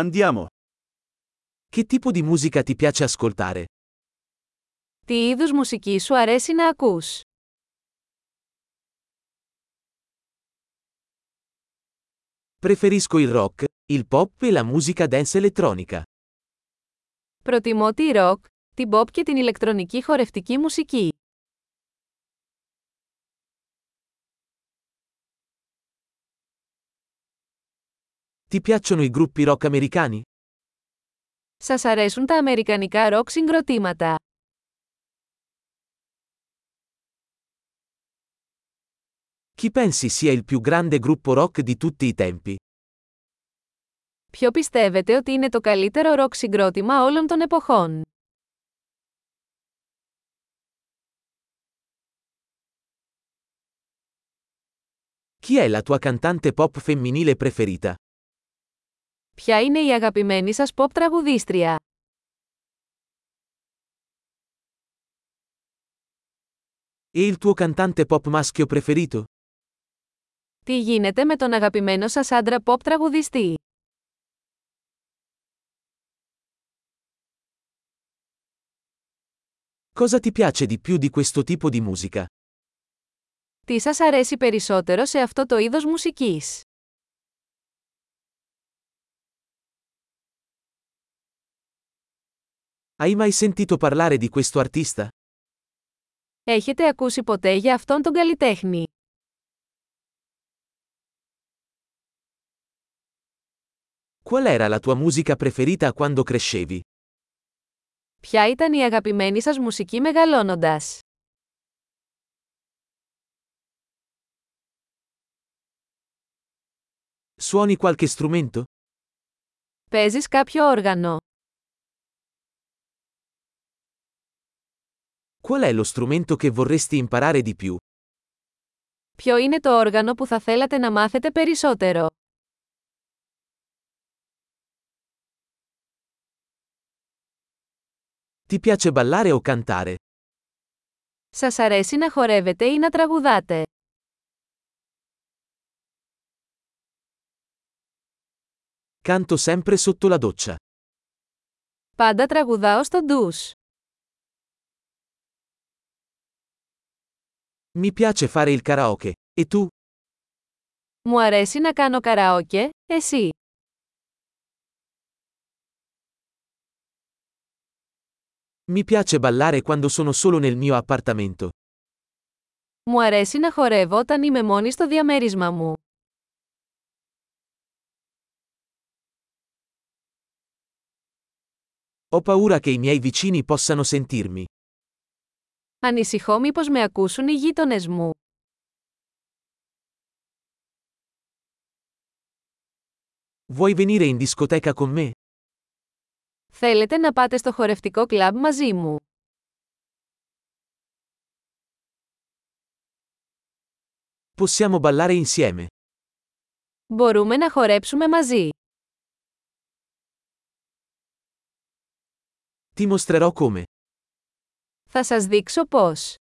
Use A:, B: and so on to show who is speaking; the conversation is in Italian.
A: Andiamo. Che tipo di musica ti piace ascoltare?
B: Τι είδους μουσική σου αρέσει να ακούς?
A: Preferisco il rock, il pop e la musica dance elettronica.
B: Προτιμώ τη ροκ, την pop και την ηλεκτρονική χορευτική μουσική.
A: Ti piacciono i gruppi rock americani?
B: Σας αρέσουν τα αμερικανικά ροκ συγκροτήματα.
A: Chi pensi sia il più grande gruppo rock di tutti i tempi?
B: Ποιο πιστεύετε ότι είναι το καλύτερο ροκ συγκρότημα όλων των εποχών?
A: Chi è la tua cantante pop femminile preferita?
B: Ποια είναι η αγαπημένη σας pop τραγουδίστρια?
A: E il tuo cantante pop maschio preferito?
B: Τι γίνεται με τον αγαπημένο σας άντρα pop τραγουδιστή?
A: Cosa ti piace di più di questo tipo di musica?
B: Τι σας αρέσει περισσότερο σε αυτό το είδος μουσικής?
A: Hai mai sentito parlare di questo artista?
B: Έχετε ακούσει ποτέ για αυτόν τον καλλιτέχνη?
A: Qual era la tua musica preferita quando crescevi?
B: Ποια ήταν η αγαπημένη σας μουσική μεγαλώνοντας?
A: Suoni qualche strumento?
B: Παίζεις κάποιο όργανο.
A: Qual è lo strumento che vorresti imparare di più?
B: Ποιο είναι το όργανο που θα θέλατε να μάθετε περισσότερο?
A: Ti piace ballare o cantare?
B: Σας αρέσει να χορεύετε ή να τραγουδάτε.
A: Canto sempre sotto la doccia.
B: Πάντα τραγουδάω στο ντους.
A: Mi piace fare il karaoke. E tu?
B: Μου αρέσει να κάνω καραόκε, εσύ.
A: Mi piace ballare quando sono solo nel mio appartamento.
B: Μου αρέσει να χορεύω όταν είμαι μόνη στο διαμέρισμα μου.
A: Ho paura che i miei vicini possano sentirmi.
B: Ανησυχώ μήπως με ακούσουν οι γείτονες μου.
A: Vuoi venire in discoteca con me?
B: Θέλετε να πάτε στο χορευτικό κλαμπ μαζί μου.
A: Possiamo ballare insieme.
B: Μπορούμε να χορέψουμε μαζί.
A: Ti mostrerò come.
B: Θα σας δείξω πώς.